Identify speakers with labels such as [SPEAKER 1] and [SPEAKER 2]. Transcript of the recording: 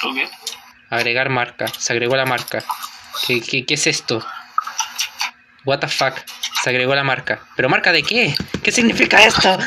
[SPEAKER 1] ¿Tú qué?
[SPEAKER 2] Agregar marca. Se agregó la marca. ¿Qué, qué, qué es esto? What the fuck? Se agregó la marca. ¿Pero marca de qué? ¿Qué significa esto?